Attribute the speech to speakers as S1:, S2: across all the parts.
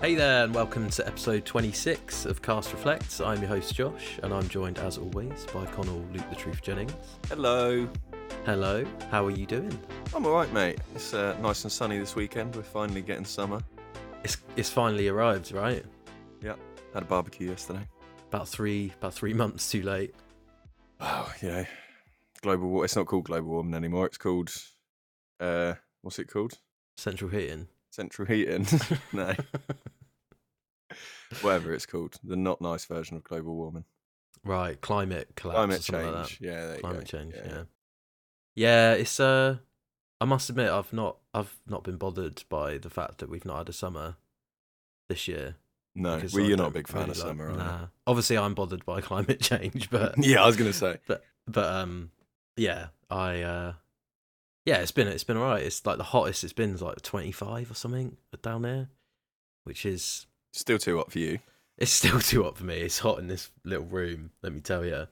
S1: Hey there, and welcome to episode 26 of Cast Reflects. I'm your host, Josh, and I'm joined, as always, by Connell Luke the Truth Jennings.
S2: Hello.
S1: Hello, how are you doing?
S2: I'm all right, mate. It's uh, nice and sunny this weekend. We're finally getting summer.
S1: It's, it's finally arrived, right?
S2: Had a barbecue yesterday.
S1: About three about three months too late.
S2: Oh, you know, global war. It's not called global warming anymore. It's called, uh, what's it called?
S1: Central heating.
S2: Central heating. no, whatever it's called. The not nice version of global warming.
S1: Right, climate collapse. or
S2: Climate
S1: something like that.
S2: change. yeah, there you
S1: climate
S2: go.
S1: change.
S2: Yeah.
S1: Yeah. yeah, It's uh, I must admit, I've not, I've not been bothered by the fact that we've not had a summer this year.
S2: No,
S1: because
S2: well,
S1: I
S2: you're not a
S1: don't
S2: big fan
S1: really
S2: of
S1: like-
S2: summer, are
S1: Nah. Obviously, I'm bothered by climate change, but
S2: you? Yeah, I was gonna say.
S1: but um, yeah, I uh, yeah, it's been it's been alright. It's like the hottest it's been is like 25 or something down there, which is
S2: Still too hot for you.
S1: it's still too hot for me. It's hot in this little room, let me tell you.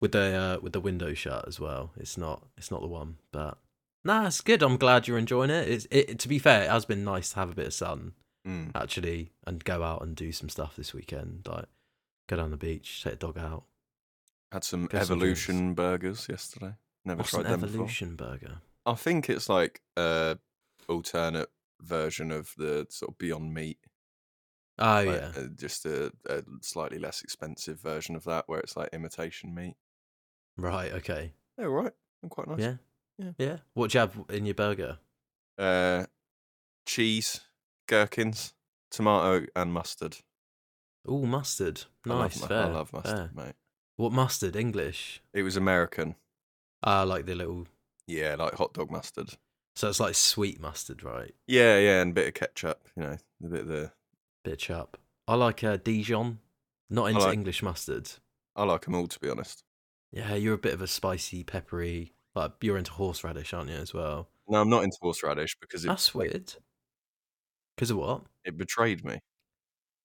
S1: With the uh, with the window shut as well. It's not it's not the one, but nah, it's good. I'm glad you're enjoying it. It's it to be fair, it has been nice to have a bit of sun
S2: Mm.
S1: actually and go out and do some stuff this weekend. Like go down the beach, take a dog out.
S2: Had some
S1: Get some drinks.
S2: evolution burgers yesterday. Never
S1: What's
S2: tried
S1: an
S2: them before.
S1: evolution burger?
S2: I think it's like a alternate version of the sort of Beyond Meat.
S1: Oh
S2: like,
S1: yeah.
S2: uh, just a, a slightly less expensive version of that, where it's like imitation meat.
S1: Right, okay.
S2: They're all right. They're quite nice.
S1: Yeah.
S2: Yeah.
S1: Yeah. What do you have in your burger?
S2: Uh, cheese, gherkins, tomato, and mustard.
S1: Oh, mustard. Nice,
S2: I love, mu-
S1: fair.
S2: I love mustard,
S1: fair.
S2: mate.
S1: What mustard? English?
S2: It was American.
S1: Ah, like the little
S2: Yeah, like hot dog mustard.
S1: So it's like sweet mustard, right?
S2: Yeah, yeah, and a bit of ketchup. You know, a bit of the.
S1: Bit of chop. I like uh, Dijon. Not into
S2: like-
S1: English mustard.
S2: I like them all, to be honest.
S1: Yeah, you're a bit of a spicy, peppery. Like you're into horseradish, aren't you, as well?
S2: No, I'm not into horseradish because it,
S1: That's weird. Because of what?
S2: it betrayed me.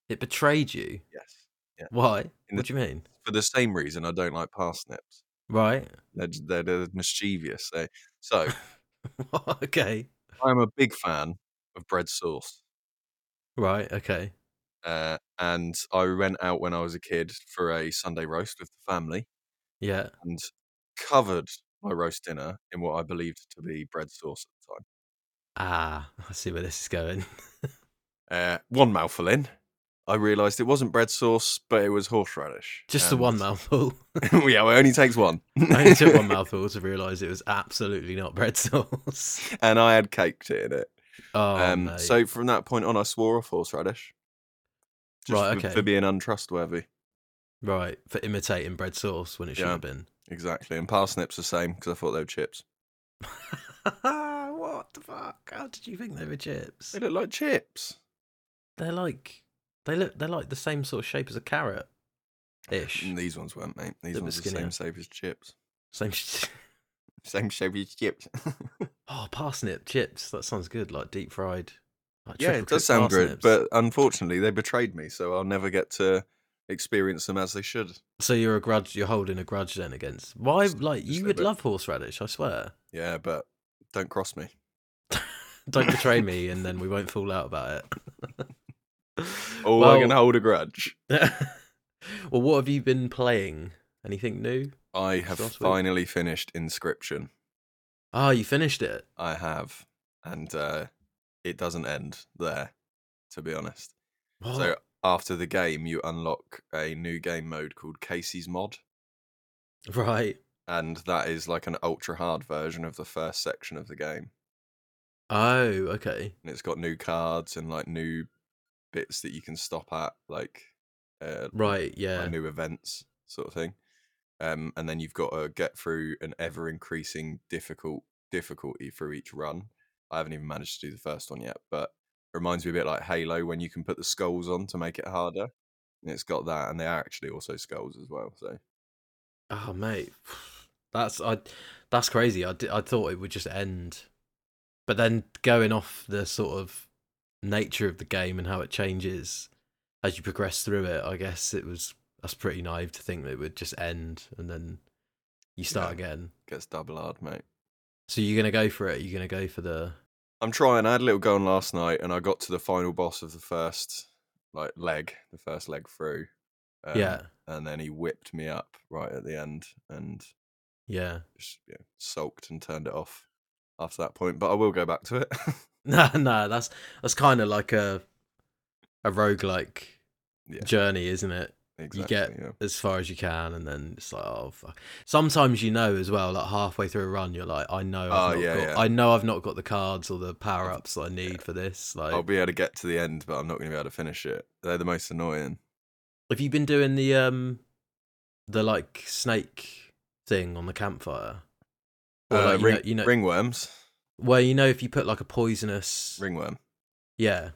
S1: It betrayed you.
S2: Yes.
S1: Why?
S2: the-
S1: What do you mean?
S2: For the same reason, I don't like parsnips.
S1: Right.
S2: They're, j- they're, they're mischievous. They, so
S1: okay.
S2: I'm a big fan of bread sauce.
S1: Right. Okay.
S2: Uh, and I went out when I was a kid for a Sunday roast with the family
S1: Yeah.
S2: and covered my roast dinner in what I believed to be bread sauce at
S1: Ah, I see where this is going.
S2: the time. Uh, one mouthful in, I realised it wasn't bread sauce, but it was horseradish.
S1: Just the one
S2: and-
S1: mouthful.
S2: yeah, well, it only takes one.
S1: I only took one mouthful to realise it was absolutely not bread sauce.
S2: and I had caked it in it.
S1: Oh,
S2: um,
S1: mate.
S2: so from that point on, I swore off horseradish. Just
S1: Right,
S2: for-
S1: okay.
S2: For being untrustworthy.
S1: right for imitating bread sauce when it should
S2: Yeah.
S1: have been.
S2: Exactly. And parsnips the same because I thought they were chips.
S1: what the fuck? How did you think they were chips?
S2: They look like chips.
S1: They're like they look they're like the same sort of shape as a carrot, ish.
S2: And these ones weren't, mate.
S1: They're a
S2: These
S1: bit
S2: ones are the
S1: skinnier.
S2: same shape as chips.
S1: Same. Sh-
S2: Same shape as chips.
S1: oh, parsnip chips. That sounds good. Like deep fried. Like
S2: yeah,
S1: triple
S2: it does
S1: cooked
S2: sound
S1: parsnips.
S2: good, but unfortunately they betrayed me, so I'll never get to experience them as they should.
S1: so you're a grudge. You're holding a grudge then against why?
S2: Just-
S1: Like
S2: just
S1: you
S2: a
S1: would
S2: bit.
S1: love horseradish. I swear.
S2: Yeah, but don't cross me.
S1: Don't betray me, and then we won't fall out about it.
S2: Or
S1: well,
S2: I'm gonna hold a grudge.
S1: well, what have you been playing? Anything new?
S2: I have
S1: Last week.
S2: finally finished Inscription.
S1: Ah, you finished it.
S2: I have, and uh, it doesn't end there. To be honest,
S1: What?
S2: so after the game, you unlock a new game mode called Casey's Mod.
S1: right.
S2: and that is like an ultra hard version of the first section of the game.
S1: Oh, okay.
S2: And it's got new cards and like new bits that you can stop at, like uh,
S1: Right,
S2: like,
S1: yeah.
S2: new events sort of thing. Um, and then you've got to get through an ever increasing difficult difficulty for each run. I haven't even managed to do the first one yet, but it reminds me a bit like Halo when you can put the skulls on to make it harder. And it's got that, and they are actually also skulls as well. So
S1: Oh, mate, that's I. That's crazy. I, di- I thought it would just end, but then going off the sort of nature of the game and how it changes as you progress through it, I guess it was that's pretty naive to think that it would just end and then you start
S2: Yeah.
S1: again.
S2: gets double hard, mate.
S1: So you're gonna go for it. You're gonna go for the
S2: I'm trying. I had a little go on last night, and I got to the final boss of the first like leg, the first leg through. Um,
S1: yeah,
S2: And then he whipped me up right at the end and
S1: yeah.
S2: just yeah, sulked and turned it off after that point. But I will go back to it.
S1: No, no, that's that's kind of like a a roguelike
S2: Yeah.
S1: journey, isn't it?
S2: exactly.
S1: get-
S2: yeah.
S1: As far as you can, and then it's like, oh, fuck. sometimes you know as well. Like halfway through a run, you're like, I know, I've
S2: Oh,
S1: not
S2: yeah,
S1: got,
S2: yeah.
S1: I know I've not got the cards or the power ups that I need for this. Like,
S2: I'll be able to get to the end, but I'm not going to be able to finish it. They're the most annoying.
S1: have you been doing the um, the like snake thing on the campfire? Or,
S2: Uh,
S1: like, you
S2: ring-
S1: know- you know-
S2: ringworms,
S1: Well, you know, if you put like a poisonous,
S2: ringworm.
S1: yeah,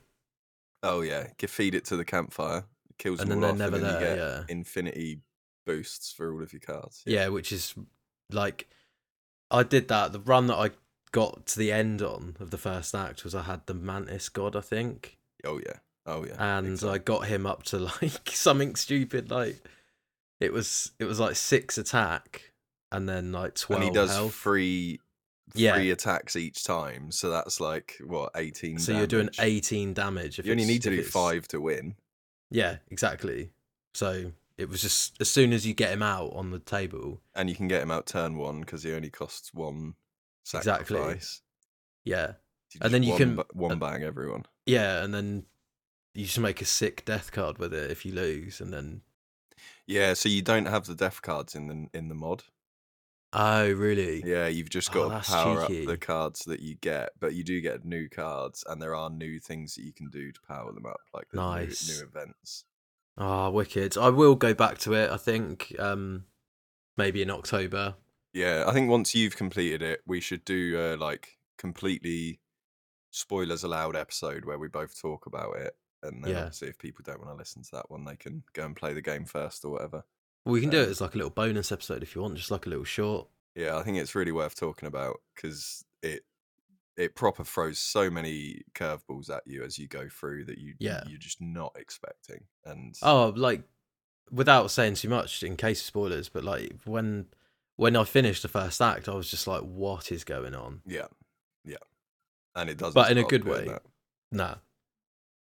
S2: Oh yeah, you feed it to the campfire, it kills
S1: and
S2: them
S1: then
S2: all
S1: they're
S2: off,
S1: never
S2: and then you
S1: there.
S2: get
S1: Yeah.
S2: infinity boosts for all of your cards.
S1: yeah which is like i did that the run that i got to the end on of the first act was i had the mantis god i think
S2: Oh yeah. Oh yeah.
S1: and i got him up to like something stupid like it was it was like six attack and then like 12
S2: and he does
S1: health.
S2: three
S1: Yeah.
S2: three attacks each time, so that's like what eighteen.
S1: so you're doing
S2: damage.
S1: 18 damage if
S2: You only
S1: it's-
S2: need to
S1: if
S2: do
S1: it's-
S2: five to win.
S1: yeah exactly so it was just as soon as you get him out on the table
S2: and you can get him out turn one because he only costs one sacrifice.
S1: Exactly. yeah
S2: You
S1: And
S2: just
S1: then you
S2: one
S1: can-
S2: ba- one
S1: and-
S2: bang everyone.
S1: yeah and then you just make a sick death card with it if you lose and then
S2: Yeah, so you don't have the death cards in the in the mod.
S1: Oh, really?
S2: Yeah, you've just
S1: Oh,
S2: got
S1: that's
S2: to power up
S1: cheeky.
S2: the cards that you get, but you do get new cards, and there are new things that you can do to power them up, like there's new-
S1: Nice.
S2: new, events.
S1: Ah, wicked. I will go back to it. I think um, maybe in October.
S2: Yeah, I think once you've completed it, we should do uh, like completely spoilers allowed episode where we both talk about it, and then
S1: Yeah.
S2: obviously if people don't want to listen to that one, they can go and play the game first or whatever.
S1: We can do it
S2: Um,
S1: as like a little bonus episode if you want, just like a little short.
S2: Yeah, I think it's really worth talking about because it it proper throws so many curveballs at you as you go through that you
S1: Yeah.
S2: you're just not expecting. And
S1: Oh, like without saying too much in case of spoilers, but like when when I finished the first act, I was just like, "What is going on?"
S2: yeah, yeah, and it does,
S1: But in a good way. Nah,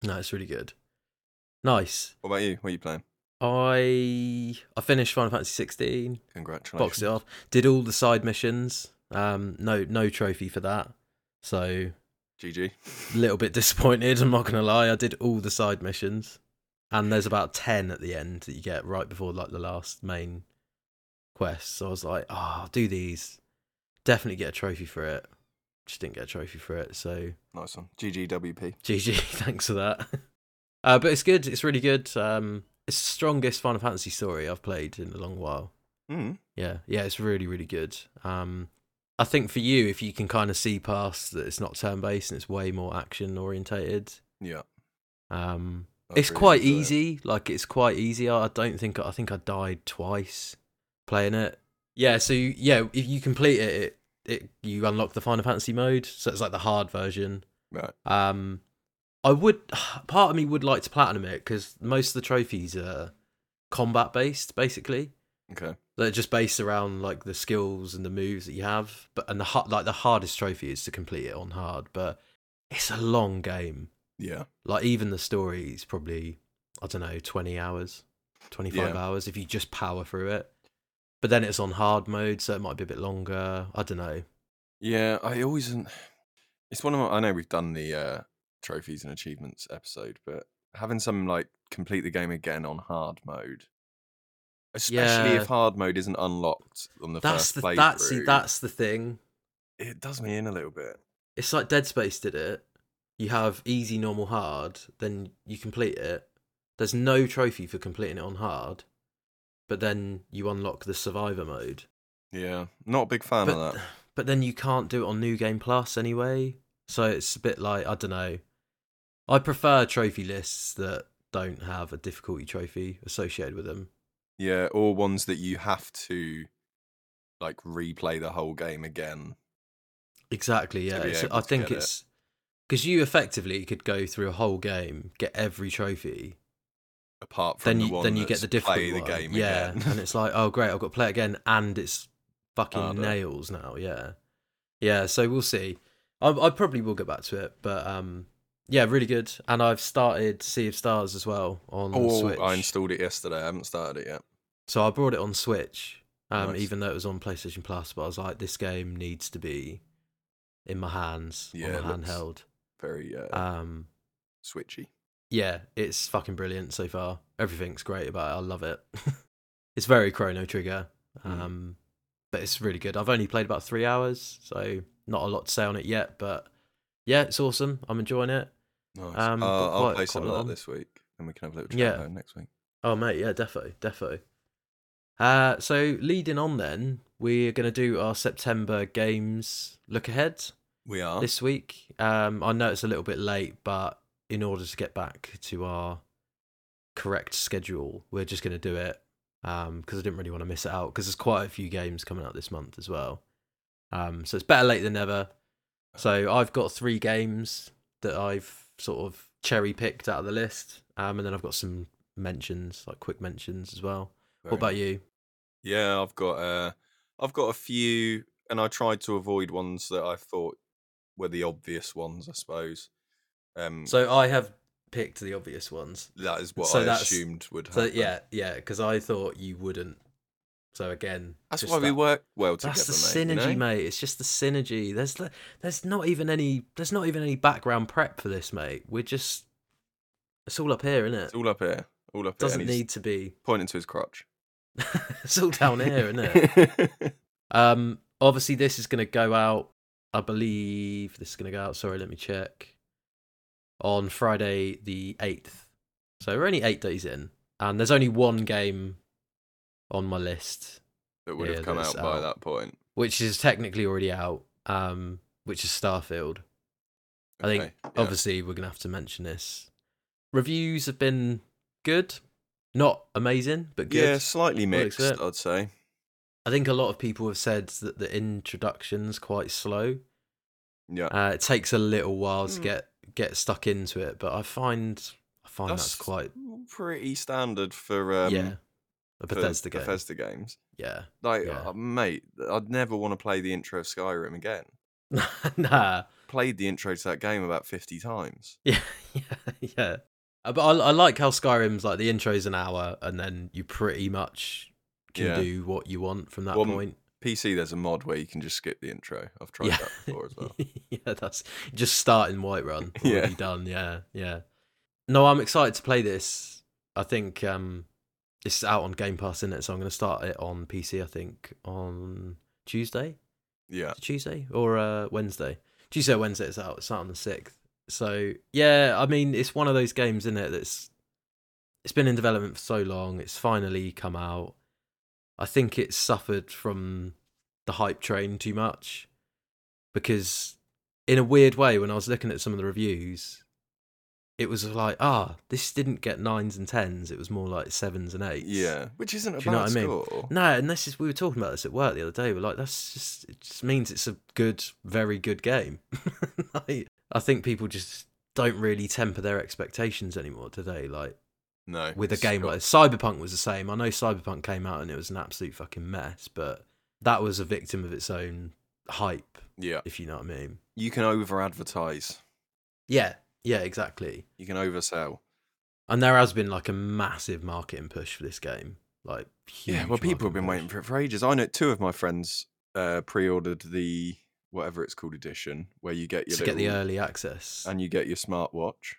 S1: no, it's really good. Nice.
S2: What about you? What are you playing?
S1: I I finished Final Fantasy 16, boxed
S2: Congratulations!
S1: it off, did all the side missions. Um, no no trophy for that. So
S2: GG.
S1: little bit disappointed. I'm not gonna lie. I did all the side missions, and there's about ten at the end that you get right before like the last main quest. So I was like, oh, I'll do these. Definitely get a trophy for it. Just didn't get a trophy for it. So
S2: Nice one. GGWP.
S1: GG, thanks for that. Uh, but it's good. It's really good. Um, it's the strongest Final Fantasy story I've played in a long while.
S2: Mm.
S1: Yeah, yeah, it's really, really good. Um, I think for you, if you can kind of see past that it's not turn based and it's way more action orientated,
S2: Yeah.
S1: um,
S2: I
S1: it's
S2: really uh,
S1: quite
S2: enjoy it.
S1: easy. Like it's quite easy. I I don't think I think I died twice playing it. Yeah. So you, yeah, if you complete it, it, it you unlock the Final Fantasy mode. So it's like the hard version.
S2: Right.
S1: Um, I would. Part of me would like to platinum it because most of the trophies are combat based, basically.
S2: Okay.
S1: They're just based around like the skills and the moves that you have. But and the har- like the hardest trophy is to complete it on hard. But it's a long game
S2: Yeah.
S1: like even the story is probably i don't know 20 hours 25
S2: Yeah.
S1: hours if you just power through it but then it's on hard mode so it might be a bit longer i don't know
S2: Yeah. I always. It's one of my. I know we've done the uh, trophies and achievements episode, but having some like complete the game again on hard mode, especially
S1: Yeah.
S2: if hard mode isn't unlocked on the
S1: that's
S2: first
S1: the
S2: playthrough,
S1: that's see, that's the thing
S2: it does me in a little bit.
S1: it's like dead space did it you have easy normal hard then you complete it there's no trophy for completing it on hard but then you unlock the survivor mode
S2: Yeah, not a big fan
S1: but,
S2: of that.
S1: but then you can't do it on New Game Plus anyway. So it's a bit like I don't know. I prefer trophy lists that don't have a difficulty trophy associated with them.
S2: Yeah, or ones that you have to like replay the whole game again.
S1: Exactly. Yeah.
S2: be
S1: It's-
S2: able
S1: I
S2: to
S1: think
S2: get it.
S1: it's because you effectively could go through a whole game, get every trophy,
S2: Apart from
S1: then
S2: the
S1: you
S2: one
S1: then you get the
S2: that's
S1: difficult
S2: play the
S1: one.
S2: game
S1: yeah,
S2: again.
S1: and it's like, oh great, I've got to play it again, and it's fucking
S2: Harder.
S1: nails now. Yeah, yeah. So we'll see. I I probably will get back to it, but um, yeah, really good. And I've started Sea of Stars as well on
S2: Oh,
S1: Switch.
S2: I installed it yesterday. I haven't started it yet.
S1: So I brought it on Switch, um,
S2: Nice.
S1: even though it was on PlayStation Plus. But I was like, this game needs to be in my hands
S2: Yeah, it
S1: on
S2: looks-
S1: my handheld.
S2: Very uh,
S1: Um,
S2: switchy.
S1: yeah, it's fucking brilliant so far. Everything's great about it. I love it. it's very Chrono Trigger,
S2: Mm.
S1: um, but it's really good. I've only played about three hours, so not a lot to say on it yet. But yeah, it's awesome. I'm enjoying it.
S2: Nice.
S1: Um,
S2: Uh,
S1: got
S2: I'll
S1: quite-
S2: play
S1: quite
S2: some
S1: a
S2: of
S1: lot
S2: that
S1: on.
S2: this week, and we can have a little chat
S1: Yeah.
S2: about it next week.
S1: Oh mate, yeah, defo, defo. Uh, so leading on, then we're gonna do our September games look ahead
S2: We are.
S1: this week. Um, I know it's a little bit late, but in order to get back to our correct schedule, we're just gonna do it because I didn't really want to miss it out because there's quite a few games coming out this month as well. Um, so it's better late than never. So I've got three games that I've sort of cherry picked out of the list, um, and then I've got some mentions, like quick mentions as well.
S2: Very
S1: What about you?
S2: Yeah, I've got uh I've got a few and I tried to avoid ones that I thought were the obvious ones, I suppose. Um
S1: So I have picked the obvious ones.
S2: that is what
S1: so
S2: I
S1: that's-
S2: assumed would
S1: So
S2: happen.
S1: yeah, yeah, because I thought you wouldn't. So again,
S2: That's
S1: just
S2: why we
S1: that-
S2: work well together.
S1: That's the
S2: mate, you
S1: synergy,
S2: know?
S1: mate. It's just the synergy. There's the, there's not even any there's not even any background prep for this, mate. We're just it's all up here, isn't
S2: It's
S1: it?
S2: all up here. All up
S1: Doesn't
S2: here. and he's
S1: need to be.
S2: pointing to his crotch.
S1: It's all down here, isn't it?
S2: it?
S1: Um, obviously this is gonna go out. I believe this is gonna go out. Sorry, let me check. On Friday the eighth. So we're only eight days in, and there's only one game on my list,
S2: that would
S1: Yeah,
S2: have come
S1: that's
S2: out by
S1: out.
S2: that point.
S1: which is technically already out. Um, which is Starfield. I think
S2: Okay, yeah.
S1: obviously we're gonna have to mention this. Reviews have been good, not amazing, but good.
S2: Yeah, slightly
S1: Well, it's
S2: mixed,
S1: it.
S2: I'd say.
S1: I think a lot of people have said that the introduction's quite slow.
S2: Yeah.
S1: Uh, it takes a little while to
S2: Hmm.
S1: get get stuck into it, but I find I find that's,
S2: That's
S1: quite
S2: Mm, pretty standard for um
S1: yeah a
S2: for
S1: Bethesda game.
S2: Bethesda games.
S1: Yeah,
S2: Like,
S1: Yeah.
S2: uh, mate, I'd never want to play the intro of Skyrim again.
S1: nah,
S2: Played the intro to that game about 50 times.
S1: yeah, yeah, yeah. Uh, But I, I like how Skyrim's like the intro's an hour, and then you pretty much can
S2: Yeah.
S1: do what you want from that
S2: Well,
S1: point.
S2: PC, there's a mod where you can just skip the intro. I've tried
S1: Yeah.
S2: that before as well.
S1: yeah, that's just start in Whiterun.
S2: Yeah.
S1: Already done. Yeah, yeah. No, I'm excited to play this. I think um, it's out on Game Pass, is it? So I'm going to start it on PC. I think on Tuesday,
S2: Yeah.
S1: Is it Tuesday or uh, Wednesday. Tuesday, or Wednesday. It's out. It's out on the sixth. So yeah, I mean, it's one of those games, isn't it? That's it's been in development for so long. It's finally come out. I think it suffered from the hype train too much because, in a weird way, when I was looking at some of the reviews, it was like, ah, this didn't get nines and tens. It was more like sevens and eights.
S2: Yeah. Which isn't a
S1: Do you know
S2: bad
S1: what I mean?
S2: score.
S1: No, and this is we were talking about this at work the other day. We're like, that's just it just means it's a good, very good game. like, I think people just don't really temper their expectations anymore today. Like
S2: No.
S1: with a
S2: it's
S1: game
S2: got-
S1: like Cyberpunk was the same. I know Cyberpunk came out and it was an absolute fucking mess, but that was a victim of its own hype,
S2: Yeah.
S1: if you know what I mean.
S2: You can over advertise,
S1: Yeah, yeah, exactly.
S2: you can oversell.
S1: And there has been like a massive marketing push for this game. Like huge
S2: yeah. Well, people have been waiting
S1: marketing
S2: for it for ages. I know two of my friends uh, pre ordered the whatever it's called edition where you get
S1: push
S2: your
S1: to get the uh,
S2: little-
S1: early access.
S2: and you get your smartwatch.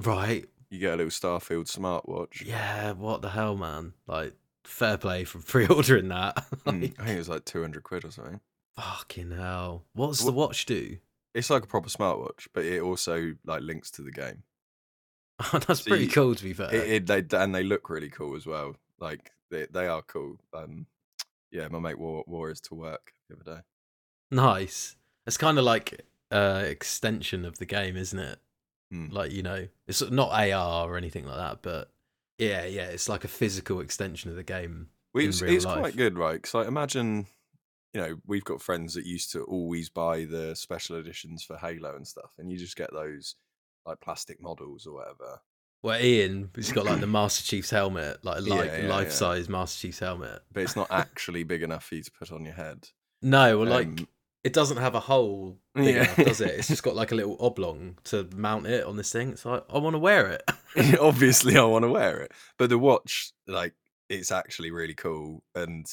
S1: right,
S2: You get a little Starfield smartwatch.
S1: Yeah, what the hell, man? Like, fair play for pre-ordering that. like,
S2: Mm, I think it was like 200 quid or something.
S1: Fucking hell! What's the watch do?
S2: It's like a proper smartwatch, but it also like links to the game.
S1: That's
S2: So
S1: pretty
S2: you-
S1: cool, to be fair.
S2: It, it, they, and they look really cool as well. Like they, they are cool. Um, yeah, my mate wore, wore his to work the other day.
S1: nice. It's kind of like uh extension of the game, isn't it?
S2: Mm.
S1: Like you know, it's not AR or anything like that, but yeah, yeah, it's like a physical extension of the game.
S2: Well,
S1: in
S2: it's
S1: real
S2: it's
S1: life.
S2: quite good, right? Because like imagine, you know, we've got friends that used to always buy the special editions for Halo and stuff, and you just get those like plastic models or whatever.
S1: Well, Ian, he's got like the Master Chief's helmet, like a
S2: Yeah,
S1: life,
S2: yeah, yeah.
S1: life-size Master Chief's helmet.
S2: But it's not actually big enough for you to put on your head.
S1: No, well, like
S2: Um,
S1: it doesn't have a hole big
S2: Yeah.
S1: enough, does it? It's just got like a little oblong to mount it on this thing. It's like I want to wear it.
S2: obviously I want to wear it. But the watch, like, it's actually really cool, and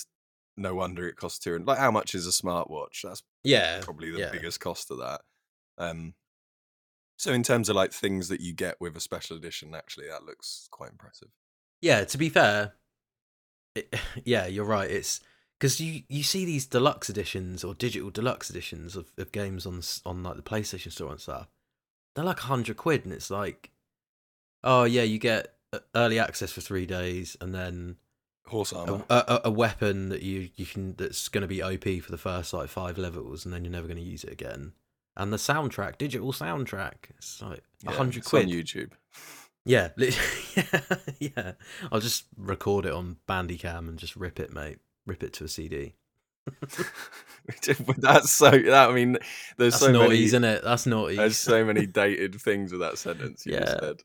S2: no wonder it costs two. hun- Like, how much is a smartwatch? That's
S1: yeah,
S2: probably the
S1: yeah.
S2: biggest cost of that. Um, so in terms of like things that you get with a special edition, actually, that looks quite impressive.
S1: yeah. To be fair, it, yeah, you're right. It's because you you see these deluxe editions or digital deluxe editions of, of games on s- on like the PlayStation Store and stuff. They're like hundred quid, and it's like, oh yeah, you get uh, early access for three days, and then
S2: Horse
S1: a,
S2: armor.
S1: a, a- a weapon that you, you can that's going to be OP for the first like five levels, and then you're never going to use it again. And the soundtrack, digital soundtrack, it's like a
S2: Yeah,
S1: hundred
S2: it's on
S1: quid.
S2: YouTube.
S1: yeah, lit- yeah, yeah. I'll just record it on Bandicam and just rip it, mate. Rip it to a CD.
S2: That's so. That, I mean, there's
S1: That's
S2: so
S1: naughty,
S2: many.
S1: isn't it? That's naughty.
S2: There's so many dated things with that sentence you just
S1: Yeah.
S2: said.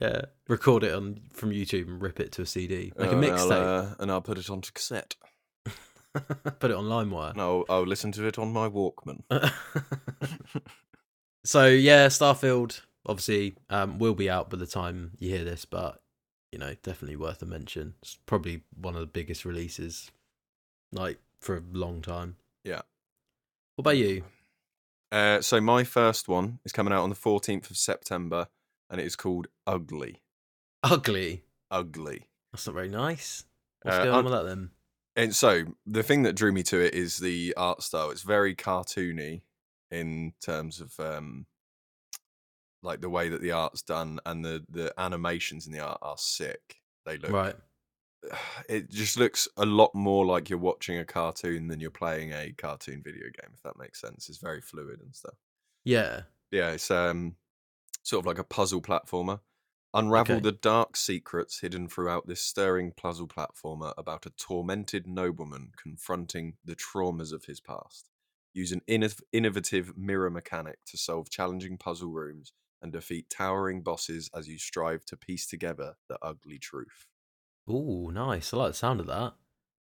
S1: yeah, record it on from YouTube and rip it to a CD, like a
S2: Uh, and I'll,
S1: mixtape.
S2: uh, and I'll put it onto cassette.
S1: Put it on LimeWire.
S2: And I'll, I'll listen to it on my Walkman.
S1: so yeah, Starfield obviously um, will be out by the time you hear this, but you know, definitely worth a mention. It's probably one of the biggest releases, like for a long time.
S2: Yeah.
S1: What about you?
S2: Uh, so my first one is coming out on the 14th of September, and it is called Ugly.
S1: Ugly.
S2: Ugly.
S1: That's not very nice. What's
S2: Uh,
S1: going
S2: un-
S1: on with that then?
S2: And so the thing that drew me to it is the art style. It's very cartoony in terms of um, like the way that the art's done, and the the animations in the art are sick. They look
S1: Right.
S2: it just looks a lot more like you're watching a cartoon than you're playing a cartoon video game, if that makes sense. It's very fluid and stuff.
S1: Yeah.
S2: Yeah, it's um sort of like a puzzle platformer. Unravel
S1: Okay.
S2: the dark secrets hidden throughout this stirring puzzle platformer about a tormented nobleman confronting the traumas of his past. Use an innov- innovative mirror mechanic to solve challenging puzzle rooms and defeat towering bosses as you strive to piece together the ugly truth.
S1: Ooh, nice. I like the sound of that.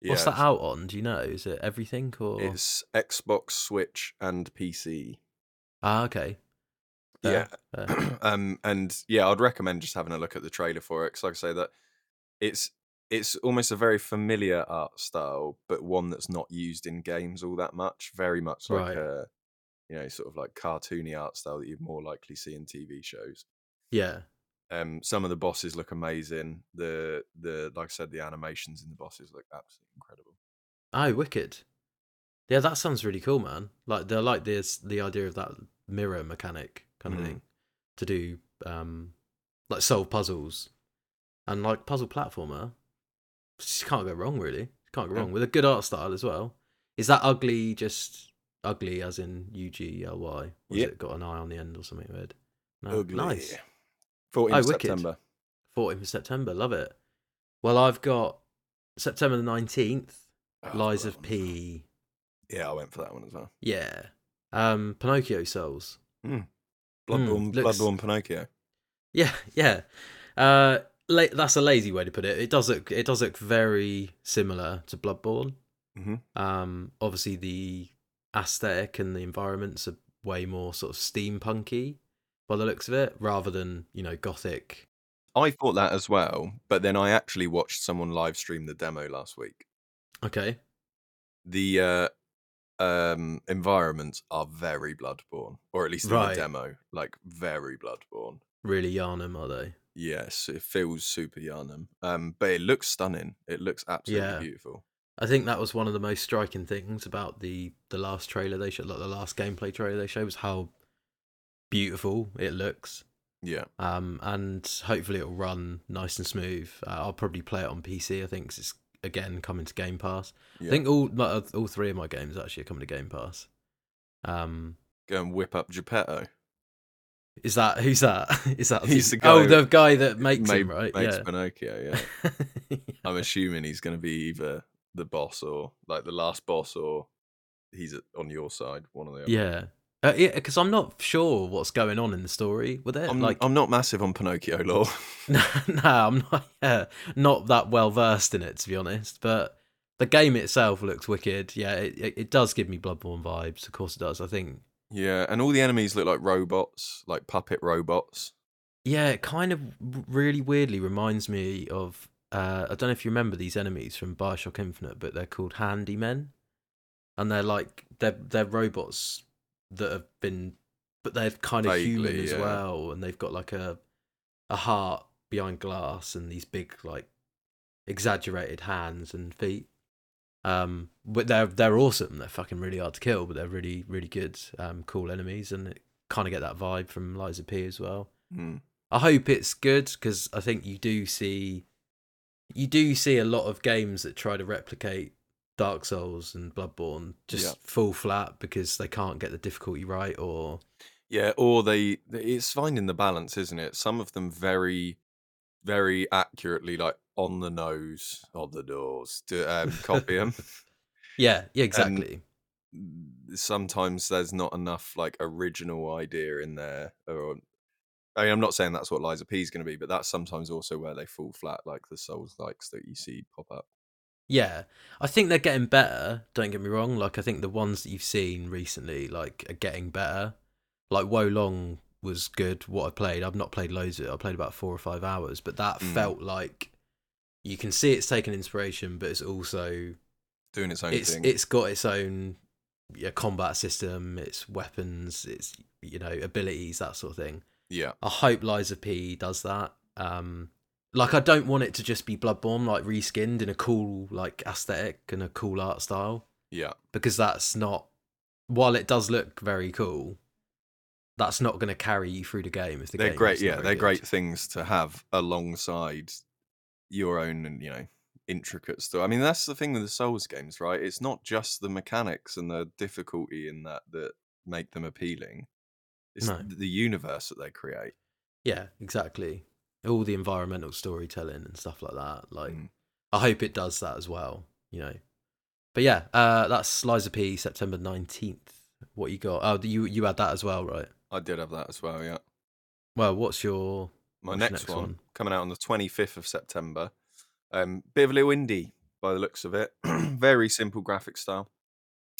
S1: What's
S2: Yeah,
S1: that out on? Do you know? Is it everything or?
S2: It's Xbox, Switch, and PC.
S1: Ah, okay. Uh,
S2: Yeah.
S1: Fair, fair.
S2: um, and yeah, I'd recommend just having a look at the trailer for it. Cause like I say, that it's it's almost a very familiar art style, but one that's not used in games all that much. Very much like
S1: Right.
S2: a you know sort of like cartoony art style that you'd more likely see in TV shows.
S1: Yeah.
S2: Um, some of the bosses look amazing. The the like I said, the animations in the bosses look absolutely incredible.
S1: Oh, wicked. Yeah, that sounds really cool, man. Like they like this the idea of that mirror mechanic kind of
S2: Mhm.
S1: thing to do um like solve puzzles and like puzzle platformer. Just can't go wrong really. Can't go
S2: Yeah.
S1: wrong with a good art style as well. Is that ugly just ugly as in U G L Y? Or has
S2: Yeah.
S1: it got an eye on the end or something weird? No. Oh, Nice.
S2: Fourteenth
S1: Oh,
S2: of
S1: wicked.
S2: September.
S1: 14th of September, love it. Well, I've got September the 19th,
S2: Oh, I
S1: Lies
S2: forgot
S1: of
S2: that one as well.
S1: P.
S2: Yeah, I went for that one as well.
S1: Yeah. Um, Pinocchio Souls. Mm,
S2: Bloodborne,
S1: looks-
S2: Bloodborne, Pinocchio.
S1: Yeah, yeah. Uh, la- that's a lazy way to put it. It does look it does look very similar to Bloodborne.
S2: Mhm.
S1: Um, obviously the aesthetic and the environments are way more sort of steampunky by the looks of it, rather than you know gothic.
S2: I thought that as well, but then I actually watched someone live stream the demo last week.
S1: Okay.
S2: The uh, um, environments are very Bloodborne, or at least in
S1: Right.
S2: the demo, like very Bloodborne.
S1: Really Yarnum, are they?
S2: Yes, it feels super Yarnum, um, but it looks stunning. It looks absolutely
S1: Yeah.
S2: beautiful.
S1: I think that was one of the most striking things about the the last trailer they showed, like the last gameplay trailer they showed, was how beautiful it looks.
S2: Yeah,
S1: um, and hopefully it'll run nice and smooth. Uh, I'll probably play it on PC. I think 'cause it's again coming to Game Pass.
S2: yeah.
S1: I think all like, all three of my games actually are coming to Game Pass. Um,
S2: Go and whip up Geppetto.
S1: is that who's that? Is that
S2: He's the
S1: oh
S2: guy
S1: the guy that makes
S2: Made-
S1: him right?
S2: Makes
S1: yeah.
S2: Pinocchio. Yeah, I'm assuming he's going to be either the boss or like the last boss, or he's uh, on your side. One of the other.
S1: yeah. Uh, yeah, because I'm not sure what's going on in the story with it.
S2: I'm,
S1: like,
S2: I'm not massive on Pinocchio lore.
S1: no, I'm not. Yeah, not that well versed in it to be honest. But the game itself looks wicked. Yeah, it, it, it does give me Bloodborne vibes. Of course it does. I think.
S2: Yeah, and all the enemies look like robots, like puppet robots.
S1: Yeah, it kind of w- really weirdly reminds me of. Uh, I don't know if you remember these enemies from Bioshock Infinite, but they're called Handy Men, and they're like they're they're robots that have been, but they're kind of human
S2: Vaguely,
S1: as
S2: yeah.
S1: well, and they've got like a a heart behind glass and these big like exaggerated hands and feet. Um, but they're they're awesome. They're fucking really hard to kill, but they're really really good, um, cool enemies, and it kind of get that vibe from Liza P as well.
S2: Hmm.
S1: I hope it's good because I think you do see, you do see a lot of games that try to replicate Dark Souls and Bloodborne just
S2: Yeah.
S1: fall flat because they can't get the difficulty right or
S2: Yeah, or they they- it's finding the balance, isn't it? Some of them very very accurately like on the nose, on the doors to um, copy them.
S1: yeah, yeah exactly.
S2: Sometimes there's not enough like original idea in there or I mean, I'm not saying that's what Liza P is going to be, but that's sometimes also where they fall flat, like the Souls likes that you see pop up.
S1: Yeah, I think they're getting better. Don't get me wrong. Like I think the ones that you've seen recently, like, are getting better. Like Woe Long was good. What I played, I've not played loads of it. I played about four or five hours, but that
S2: Mm.
S1: felt like you can see it's taken inspiration, but it's also
S2: Doing its own
S1: it's
S2: thing.
S1: it's got its own yeah, combat system, its weapons, its you know abilities, that sort of thing.
S2: yeah.
S1: I hope Liza P does that. Um, like I don't want it to just be Bloodborne like reskinned in a cool like aesthetic and a cool art style
S2: Yeah.
S1: because that's not. While it does look very cool, that's not going to carry you through the game. If the
S2: they're
S1: game
S2: great
S1: is not
S2: yeah
S1: very
S2: they're
S1: good.
S2: great things to have alongside your own and you know intricate stuff i mean that's the thing with the souls games right it's not just the mechanics and the difficulty in that that make them appealing it's
S1: No.
S2: the universe that they create
S1: Yeah, exactly. All the environmental storytelling and stuff like that. Like,
S2: Mm.
S1: I hope it does that as well. You know. But yeah, uh, that's Liza P, September nineteenth. What you got? Oh, you you had that as well, right?
S2: i did have that as well yeah
S1: Well, what's your
S2: my
S1: What's your next
S2: next, one,
S1: one?
S2: coming out on the 25th of september um bit of a little indie by the looks of it very simple graphic style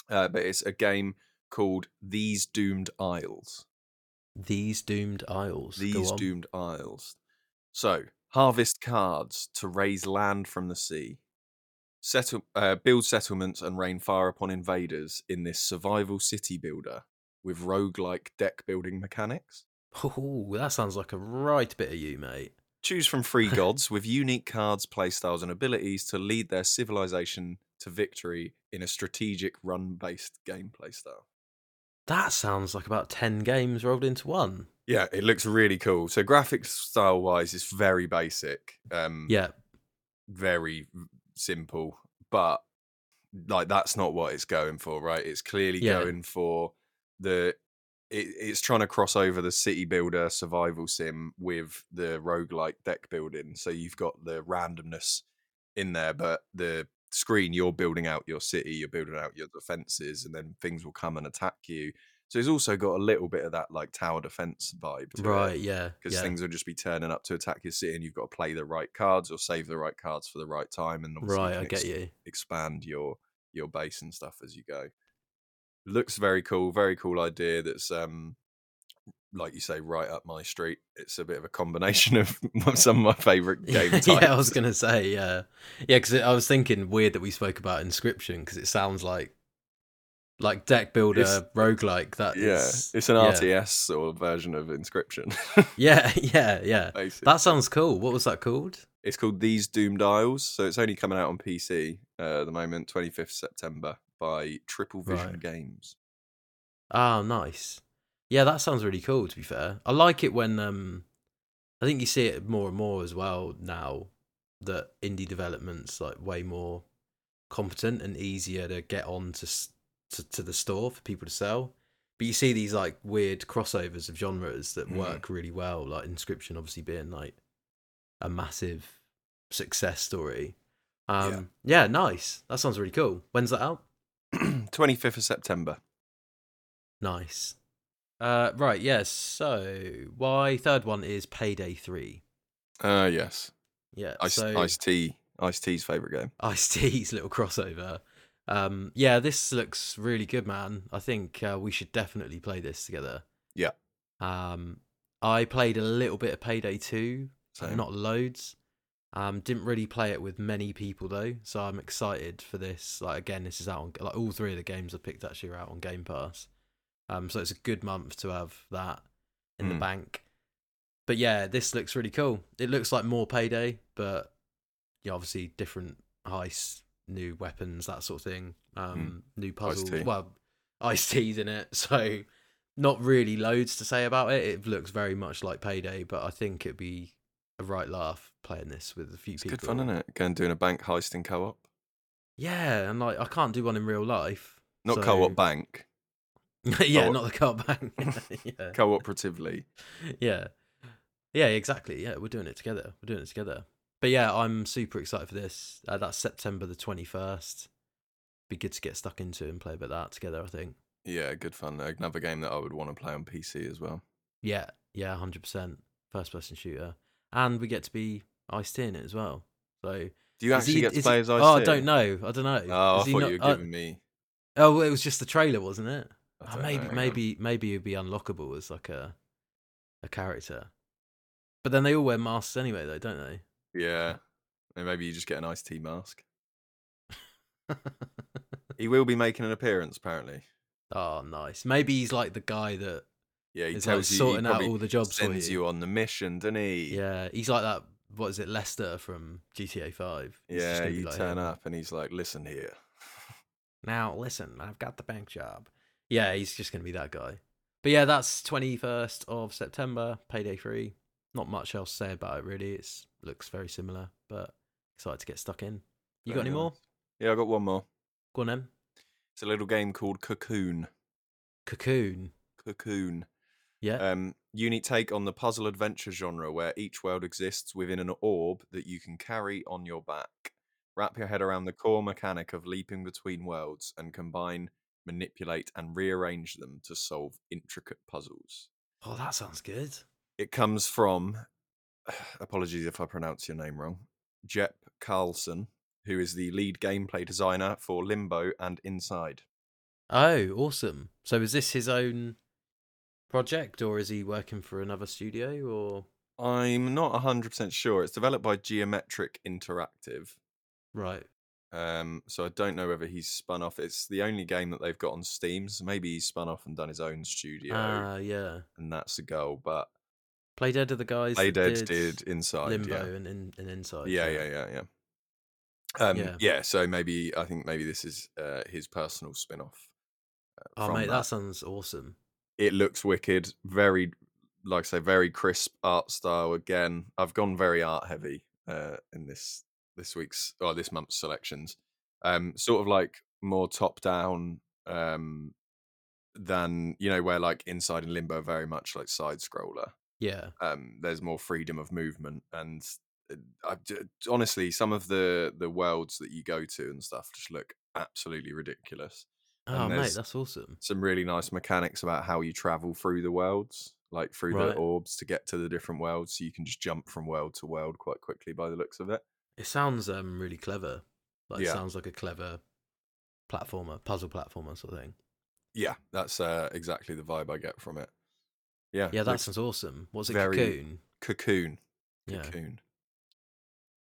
S2: uh, but it's a game called these doomed isles
S1: These Doomed Isles? Go
S2: these
S1: on.
S2: doomed isles. So, harvest cards to raise land from the sea. Settle, uh, build settlements and rain fire upon invaders in this survival city builder with roguelike deck building mechanics.
S1: Oh, that sounds like a right bit of you, mate.
S2: Choose from three gods with unique cards, playstyles, and abilities to lead their civilization to victory in a strategic run based gameplay style.
S1: That sounds like about ten games rolled into one.
S2: Yeah, it looks really cool. So, graphics style wise, it's very basic. Um,
S1: Yeah,
S2: very v- simple, but like that's not what it's going for, right? It's clearly
S1: Yeah.
S2: going for the it, it's trying to cross over the city builder survival sim with the roguelike deck building. So you've got the randomness in there, but the screen you're building out your city, you're building out your defenses, and then things will come and attack you. So it's also got a little bit of that like tower defense vibe, to it
S1: right. Yeah,
S2: because
S1: yeah.
S2: things will just be turning up to attack your city, and you've got to play the right cards or save the right cards for the right time, and obviously
S1: Right,
S2: can
S1: I
S2: ex-
S1: get you.
S2: expand your your base and stuff as you go. Looks very cool, very cool idea. That's um, like you say, right up my street. It's a bit of a combination of some of my favorite game types.
S1: yeah, I was gonna say yeah, yeah. Because I was thinking weird that we spoke about inscription because it sounds like like deck builder
S2: It's-
S1: roguelike. That
S2: yeah,
S1: is-
S2: it's an
S1: yeah.
S2: RTS sort of version of Inscription.
S1: Yeah, yeah, yeah.
S2: basically.
S1: That sounds cool. What was that called?
S2: It's called These Doomed Isles, so it's only coming out on PC uh, at the moment, 25th September by Triple Vision
S1: Right.
S2: Games.
S1: Ah, nice. Yeah, that sounds really cool. To be fair, I like it when um, I think you see it more and more as well now that indie developments like way more competent and easier to get on to s- to, to the store for people to sell. But you see these like weird crossovers of genres that
S2: Mhm.
S1: work really well, like Inscription obviously being like a massive success story. Um, yeah, nice. That sounds really cool. When's that out?
S2: 25th of September.
S1: Nice. Uh, right, yes. So, my third one is Payday 3.
S2: Uh yes.
S1: Yeah,
S2: Ice
S1: so
S2: Ice T Ice T's favorite game.
S1: Ice T's little crossover. Um, yeah, this looks really good, man. I think uh, we should definitely play this together.
S2: Yeah.
S1: Um, I played a little bit of Payday Two,
S2: Same.
S1: not loads. Um, didn't really play it with many people though, so I'm excited for this. Like again, this is out on like all three of the games I picked actually are out on Game Pass. Um, so it's a good month to have that in the
S2: Mm.
S1: bank. But yeah, this looks really cool. It looks like more Payday, but yeah, obviously different heists, new weapons, that sort of thing. Um, new puzzles.
S2: tea.
S1: Well, iced teas in it, so not really loads to say about it. It looks very much like Payday, but I think it'd be a right laugh playing this with a few
S2: It's
S1: people.
S2: good fun, isn't it? Going doing a bank heist in co-op.
S1: Yeah, and like I can't do one in real life.
S2: Not
S1: so-
S2: co-op bank,
S1: yeah,
S2: Co-op.
S1: not the co-op bank. yeah,
S2: cooperatively.
S1: yeah, yeah, exactly. Yeah, we're doing it together. We're doing it together. But yeah, I'm super excited for this. Uh, that's September the 21st. Be good to get stuck into and play a bit of that together. I think.
S2: Yeah, good fun. Another game that I would want to play on PC as well.
S1: Yeah, yeah, hundred percent. First person shooter, and we get to be iced in it as well. So
S2: Do you
S1: Is
S2: actually
S1: he-
S2: get to
S1: is
S2: play
S1: he-
S2: as Ice
S1: oh, I
S2: T?
S1: don't know. I don't know.
S2: Oh, I
S1: Is he
S2: thought
S1: not-
S2: you were
S1: uh,
S2: giving me.
S1: oh, well, it was just the trailer, wasn't it? Oh,
S2: I don't
S1: maybe,
S2: know, hang on.
S1: maybe, maybe it'd be unlockable as like a a character. But then they all wear masks anyway, though, don't they?
S2: Yeah, and maybe you just get an Ice T mask. He will be making an appearance, apparently.
S1: oh, nice. Maybe he's like the guy that
S2: Yeah, he
S1: is like
S2: tells you.
S1: sorting
S2: he
S1: out
S2: probably
S1: all the jobs for
S2: sends
S1: you.
S2: you on the mission, doesn't he?
S1: Yeah, he's like that. What is it, Lester from GTA Five? He's just
S2: Yeah,
S1: gonna be
S2: you
S1: like
S2: turn
S1: him.
S2: up and he's like, "Listen here."
S1: Now listen, I've got the bank job. Yeah, he's just gonna be that guy. But yeah, that's twenty first of September, payday three. Not much else to say about it really. It's looks very similar, but excited to get stuck in. You got
S2: Very
S1: any more?
S2: nice. um, Yeah, I got one more.
S1: Go on then.
S2: It's a little game called Cocoon.
S1: Cocoon.
S2: Cocoon.
S1: Yeah.
S2: Um, unique take on the puzzle adventure genre, where each world exists within an orb that you can carry on your back. Wrap your head around the core mechanic of leaping between worlds and combine, manipulate, and rearrange them to solve intricate puzzles.
S1: oh, that sounds good.
S2: It comes from, apologies if I pronounce your name wrong, Jep Carlson, who is the lead gameplay designer for Limbo and Inside.
S1: Oh, awesome. So is this his own project or is he working for another studio or
S2: I'm not 100% sure. It's developed by Geometric Interactive.
S1: right.
S2: Um, so I don't know whether he's spun off. It's the only game that they've got on Steam. So maybe he's spun off and done his own studio,
S1: Ah, yeah.
S2: and that's the goal. But
S1: Play Dead are the guys. that
S2: Playdead did Inside.
S1: Limbo
S2: yeah.
S1: and, and, and Inside.
S2: yeah, yeah, yeah, yeah. Um, yeah.
S1: uh, Yeah.
S2: So maybe I think maybe this is uh, his personal spin off.
S1: Oh
S2: from
S1: mate, that.
S2: that.
S1: sounds awesome.
S2: It looks wicked. Very, like I say, very crisp art style. Again, I've gone very art heavy uh, in this this week's or this month's selections. Um, sort of like more top down um, than you know where like Inside and Limbo are very much like side scroller.
S1: Yeah.
S2: um, there's more freedom of movement and uh, I, d- honestly some of the the worlds that you go to and stuff just look absolutely ridiculous and
S1: Oh mate,
S2: there's-
S1: that's awesome.
S2: some really nice mechanics about how you travel through the worlds like through the
S1: Right.
S2: orbs to get to the different worlds so you can just jump from world to world quite quickly by the looks of it
S1: It sounds um really clever. Like
S2: Yeah.
S1: it sounds like a clever platformer, puzzle platformer sort of thing.
S2: yeah that's uh, exactly the vibe i get from it yeah
S1: Yeah, that
S2: looks-
S1: sounds awesome. What's it
S2: very-
S1: cocoon?
S2: cocoon
S1: Yeah.
S2: cocoon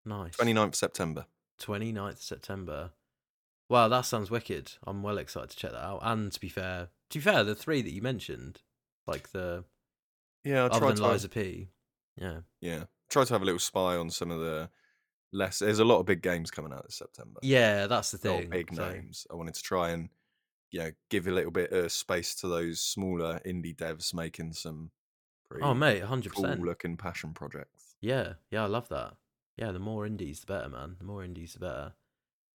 S1: Nice.
S2: 29th september
S1: 29th September. Wow, that sounds wicked. I'm well excited to check that out. And to be fair, to be fair, the three that you mentioned, like the
S2: yeah i
S1: other
S2: tried
S1: than
S2: to have-
S1: Liza P, yeah,
S2: Yeah. Try to have a little spy on some of the less. There's a lot of big games coming out this September.
S1: yeah, that's the
S2: A lot of
S1: thing.
S2: big
S1: so-
S2: names. I wanted to try and you know give a little bit of space to those smaller indie devs making some pretty
S1: Oh mate, 100.
S2: cool
S1: percent
S2: looking passion projects.
S1: Yeah, yeah, I love that. Yeah, the more indies, the better, man. The more indies, the better.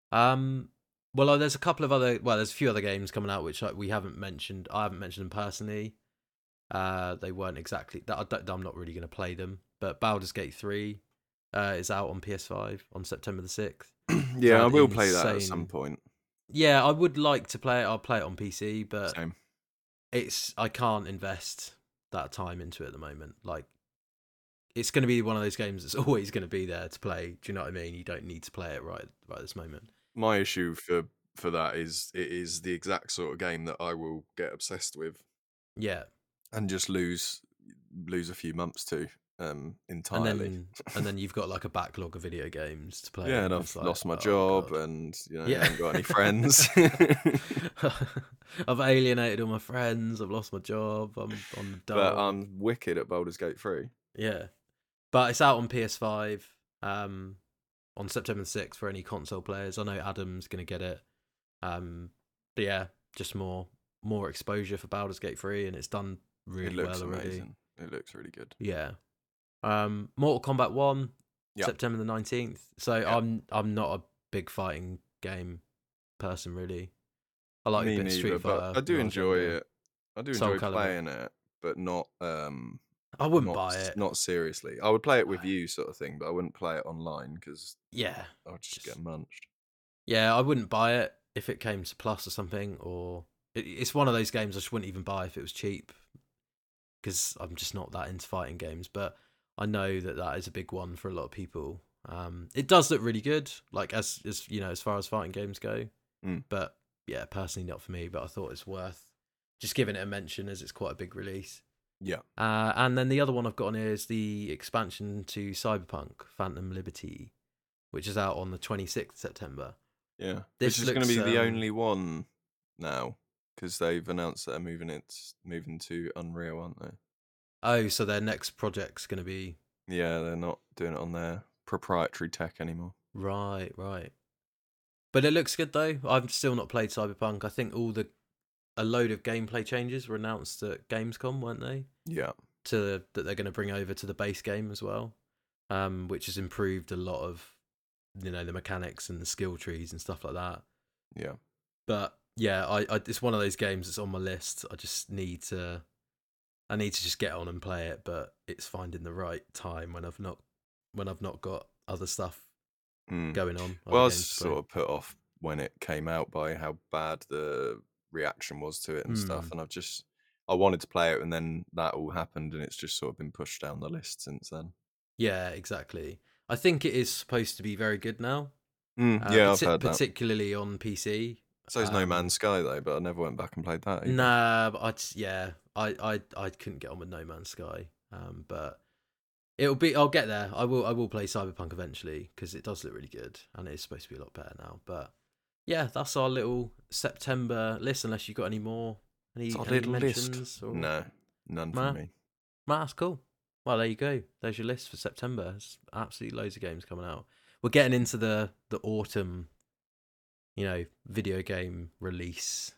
S1: Um, well, uh, there's a couple of other, well, there's a few other games coming out which like, we haven't mentioned. I haven't mentioned them personally. Uh, they weren't exactly that. I don't, I'm not really going to play them. But Baldur's Gate three uh, is out on PS5 on September the sixth.
S2: yeah, I
S1: Sound
S2: will play that at
S1: insane.
S2: some point.
S1: Yeah, I would like to play it. I'll play it on PC, but
S2: Same.
S1: it's I can't invest that time into it at the moment. Like it's going to be one of those games that's always going to be there to play. Do you know what I mean? You don't need to play it right right this moment.
S2: My issue for for that is it is the exact sort of game that I will get obsessed with
S1: Yeah,
S2: and just lose lose a few months to um
S1: and
S2: entirely.
S1: then and then you've got like a backlog of video games to play.
S2: yeah, and
S1: it's
S2: I've
S1: like,
S2: lost my
S1: oh,
S2: job,
S1: God.
S2: and you know,
S1: Yeah.
S2: I haven't got any friends.
S1: I've alienated all my friends. I've lost my job. I'm on the
S2: but
S1: dole.
S2: I'm wicked at Baldur's Gate Three.
S1: yeah, but it's out on PS5 um, on September 6th for any console players. I know Adam's gonna get it. Um, but yeah, just more more exposure for Baldur's Gate 3, and it's done
S2: It
S1: really
S2: looks
S1: well already.
S2: amazing. It looks really good.
S1: Yeah. Um, Mortal Kombat One,
S2: Yeah.
S1: September the nineteenth. So
S2: Yeah.
S1: I'm I'm not a big fighting game person really. I like a
S2: Me
S1: bit of
S2: neither,
S1: Street
S2: but
S1: Fighter.
S2: I do
S1: when was
S2: enjoy
S1: younger.
S2: it. I do
S1: Soul
S2: enjoy
S1: Calibur.
S2: playing it, but not um
S1: I wouldn't
S2: not,
S1: buy
S2: s-
S1: it.
S2: not seriously. I would play it with
S1: No.
S2: you, sort of thing, but I wouldn't play it online because
S1: Yeah,
S2: I would just,
S1: Just-
S2: get munched.
S1: yeah, I wouldn't buy it if it came to Plus or something. Or it, it's one of those games I just wouldn't even buy if it was cheap, because I'm just not that into fighting games. But I know that that is a big one for a lot of people. Um, it does look really good, like as as you know, as far as fighting games go.
S2: Mm.
S1: But yeah, personally not for me. But I thought it's worth just giving it a mention as it's quite a big release.
S2: Yeah,
S1: Uh, and then the other one I've got on here is the expansion to Cyberpunk Phantom Liberty, which is out on the 26th September.
S2: yeah.
S1: This
S2: This is going to
S1: looks,
S2: be the
S1: um,
S2: only one now because they've announced that they're moving it moving to Unreal, aren't they?
S1: Oh, so their next project's going to be
S2: Yeah, they're not doing it on their proprietary tech anymore.
S1: right, right. But it looks good though. I've still not played Cyberpunk. I think all the a load of gameplay changes were announced at Gamescom, weren't they?
S2: Yeah,
S1: To that they're going to bring over to the base game as well, um, which has improved a lot of you know the mechanics and the skill trees and stuff like that.
S2: yeah.
S1: But yeah, I, I it's one of those games that's on my list. I just need to I need to just get on and play it, but it's finding the right time when I've not when I've not got other stuff
S2: Mm.
S1: going on. other
S2: Well, I was
S1: games to play.
S2: sort of put off when it came out by how bad the reaction was to it and stuff,
S1: Mm.
S2: and I've just I wanted to play it, and then that all happened, and it's just sort of been pushed down the list since then.
S1: Yeah, exactly. I think it is supposed to be very good now.
S2: Mm,
S1: uh,
S2: yeah,
S1: parti-
S2: I've heard that.
S1: particularly on PC.
S2: So is No
S1: um,
S2: Man's Sky though, but I never went back and played that. either.
S1: Nah, but I just, yeah, I, I I couldn't get on with No Man's Sky. Um, but it'll be I'll get there. I will I will play Cyberpunk eventually because it does look really good and it is supposed to be a lot better now. But yeah, that's our little September list. Unless you've got any more, any,
S2: It's our
S1: any
S2: little list.
S1: mentions? Or...
S2: no, none for
S1: Nah.
S2: me.
S1: Well, that's cool. Well, there you go. There's your list for September. There's absolutely loads of games coming out. We're getting into the the autumn, you know, video game release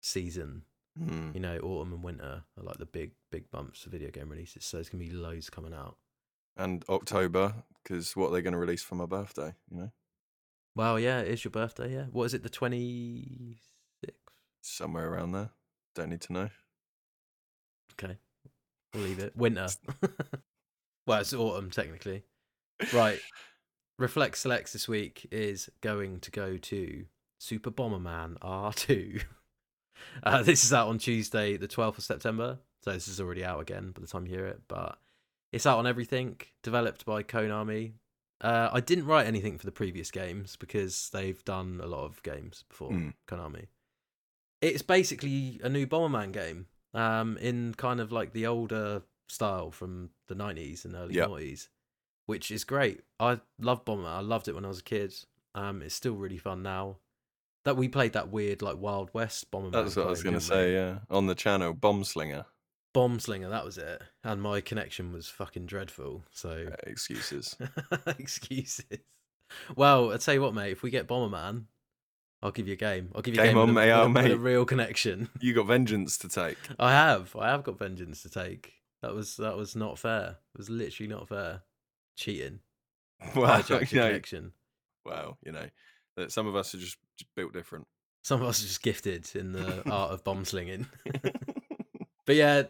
S1: season.
S2: Mm.
S1: You know, autumn and winter are like the big big bumps for video game releases. So there's gonna be loads coming out.
S2: And October, because what are they going to release for my birthday? You know,
S1: Well, yeah, it is your birthday. Yeah, what is it? The twenty sixth.
S2: somewhere around there. Don't need to know.
S1: Okay, we'll leave it. Winter. well, it's autumn technically. Right. Reflex Selects this week is going to go to Super Bomberman R2. Uh, this is out on Tuesday, the 12th of September. So this is already out again by the time you hear it, but it's out on everything, developed by Konami. Uh, I didn't write anything for the previous games because they've done a lot of games before
S2: Mm.
S1: Konami. It's basically a new Bomberman game um, in kind of like the older style from the 90s and early
S2: Yeah.
S1: 90s which is great. I love Bomber. I loved it when I was a kid. Um, it's still really fun now. That we played that weird like Wild West Bomberman.
S2: That's what I was
S1: clone,
S2: going to
S1: didn't we?
S2: say. Yeah, on the channel, Bombslinger.
S1: Bombslinger, that was it. And my connection was fucking dreadful. So
S2: Uh, excuses.
S1: excuses. Well, I tell you what, mate. If we get Bomberman, I'll give you a game. I'll give you a
S2: Game
S1: game with
S2: on,
S1: a-
S2: mate,
S1: with a-
S2: oh,
S1: with a
S2: mate.
S1: real connection.
S2: you got vengeance to take.
S1: I have. I have got vengeance to take. That was that was not fair. It was literally not fair. Cheating.
S2: Wow, you
S1: Hijacked your
S2: know,
S1: connection.
S2: wow, you know, that some of us are just, just built different.
S1: Some of us are just gifted in the art of bomb slinging. but yeah,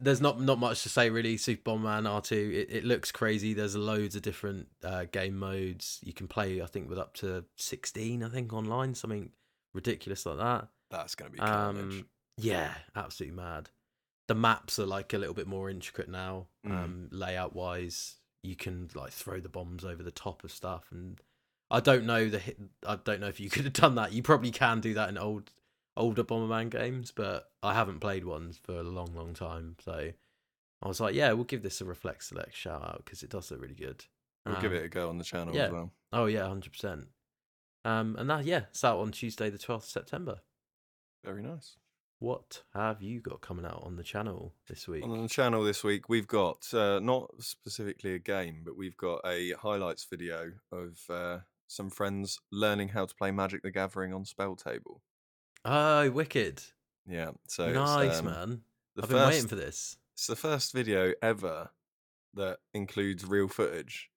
S1: there's not not much to say really. Super Bomberman R2, it, it looks crazy. There's loads of different uh, game modes. You can play, I think, with up to 16, I think, online, something ridiculous like that.
S2: That's going to be carnage.
S1: Um, yeah, absolutely mad. the maps are like a little bit more intricate now,
S2: Mm.
S1: um, layout wise. You can like throw the bombs over the top of stuff, and I don't know the hi- I don't know if you could have done that. You probably can do that in old older Bomberman games, but I haven't played ones for a long, long time. So I was like, yeah, we'll give this a Reflex Select shout out because it does look really good.
S2: We'll give
S1: Um,
S2: it a go on the channel
S1: yeah.
S2: as well.
S1: Oh yeah, hundred percent. Um, and that yeah, it's out on Tuesday the twelfth of September.
S2: Very nice.
S1: What have you got coming out on the channel this week?
S2: On the channel this week, we've got uh, not specifically a game, but we've got a highlights video of uh, some friends learning how to play Magic the Gathering on Spell Table.
S1: Oh, wicked!
S2: Yeah, so it's,
S1: nice,
S2: um,
S1: man.
S2: The
S1: I've
S2: first,
S1: been waiting for this.
S2: It's the first video ever that includes real footage.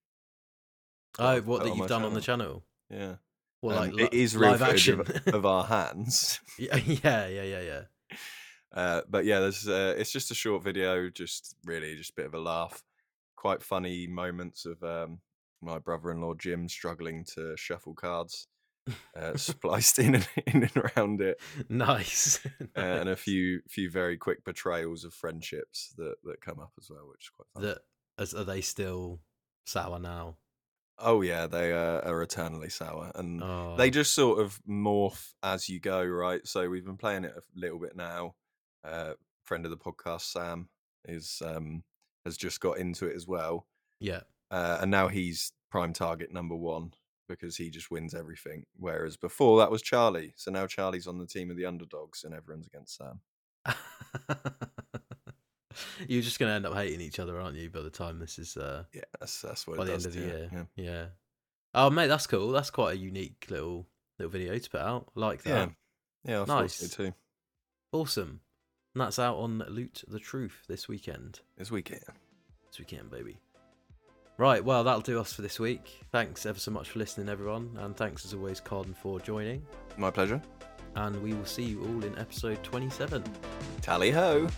S1: Oh,
S2: I've
S1: what
S2: put
S1: that
S2: oh, on
S1: you've
S2: my
S1: done on the channel?
S2: Yeah,
S1: Well,
S2: Um,
S1: like
S2: it
S1: li-
S2: is real
S1: live
S2: footage
S1: action.
S2: of, of our hands.
S1: yeah, yeah, yeah, yeah, yeah.
S2: Uh, but yeah, there's uh, it's just a short video, just really just a bit of a laugh, quite funny moments of um, my brother-in-law Jim struggling to shuffle cards, uh, spliced in and in and around it,
S1: Nice.
S2: uh, and a
S1: Nice.
S2: few few very quick portrayals of friendships that that come up as well, which is quite fun.
S1: that as, are they still sour now?
S2: oh yeah, they uh, are eternally sour, and
S1: Oh,
S2: Mm. they just sort of morph as you go, right? So we've been playing it a little bit now. Uh, friend of the podcast, Sam, is um, has just got into it as well,
S1: yeah.
S2: uh, and now he's prime target number one because he just wins everything. Whereas before that was Charlie, so now Charlie's on the team of the underdogs, and everyone's against Sam.
S1: You're just gonna end up hating each other, aren't you? By the time this is uh,
S2: Yeah, that's that's what
S1: by
S2: it
S1: the end
S2: does
S1: of the
S2: to it,
S1: year.
S2: Yeah.
S1: Yeah. Oh mate, that's cool. That's quite a unique little little video to put out. I like that.
S2: Yeah. Yeah, I thought so
S1: Nice.
S2: too.
S1: Awesome. And that's out on Loot the Truth this weekend.
S2: This weekend.
S1: This weekend, baby. Right, well, that'll do us for this week. Thanks ever so much for listening, everyone. And thanks as always, Con, for joining.
S2: My pleasure.
S1: And we will see you all in episode 27.
S2: Tally ho.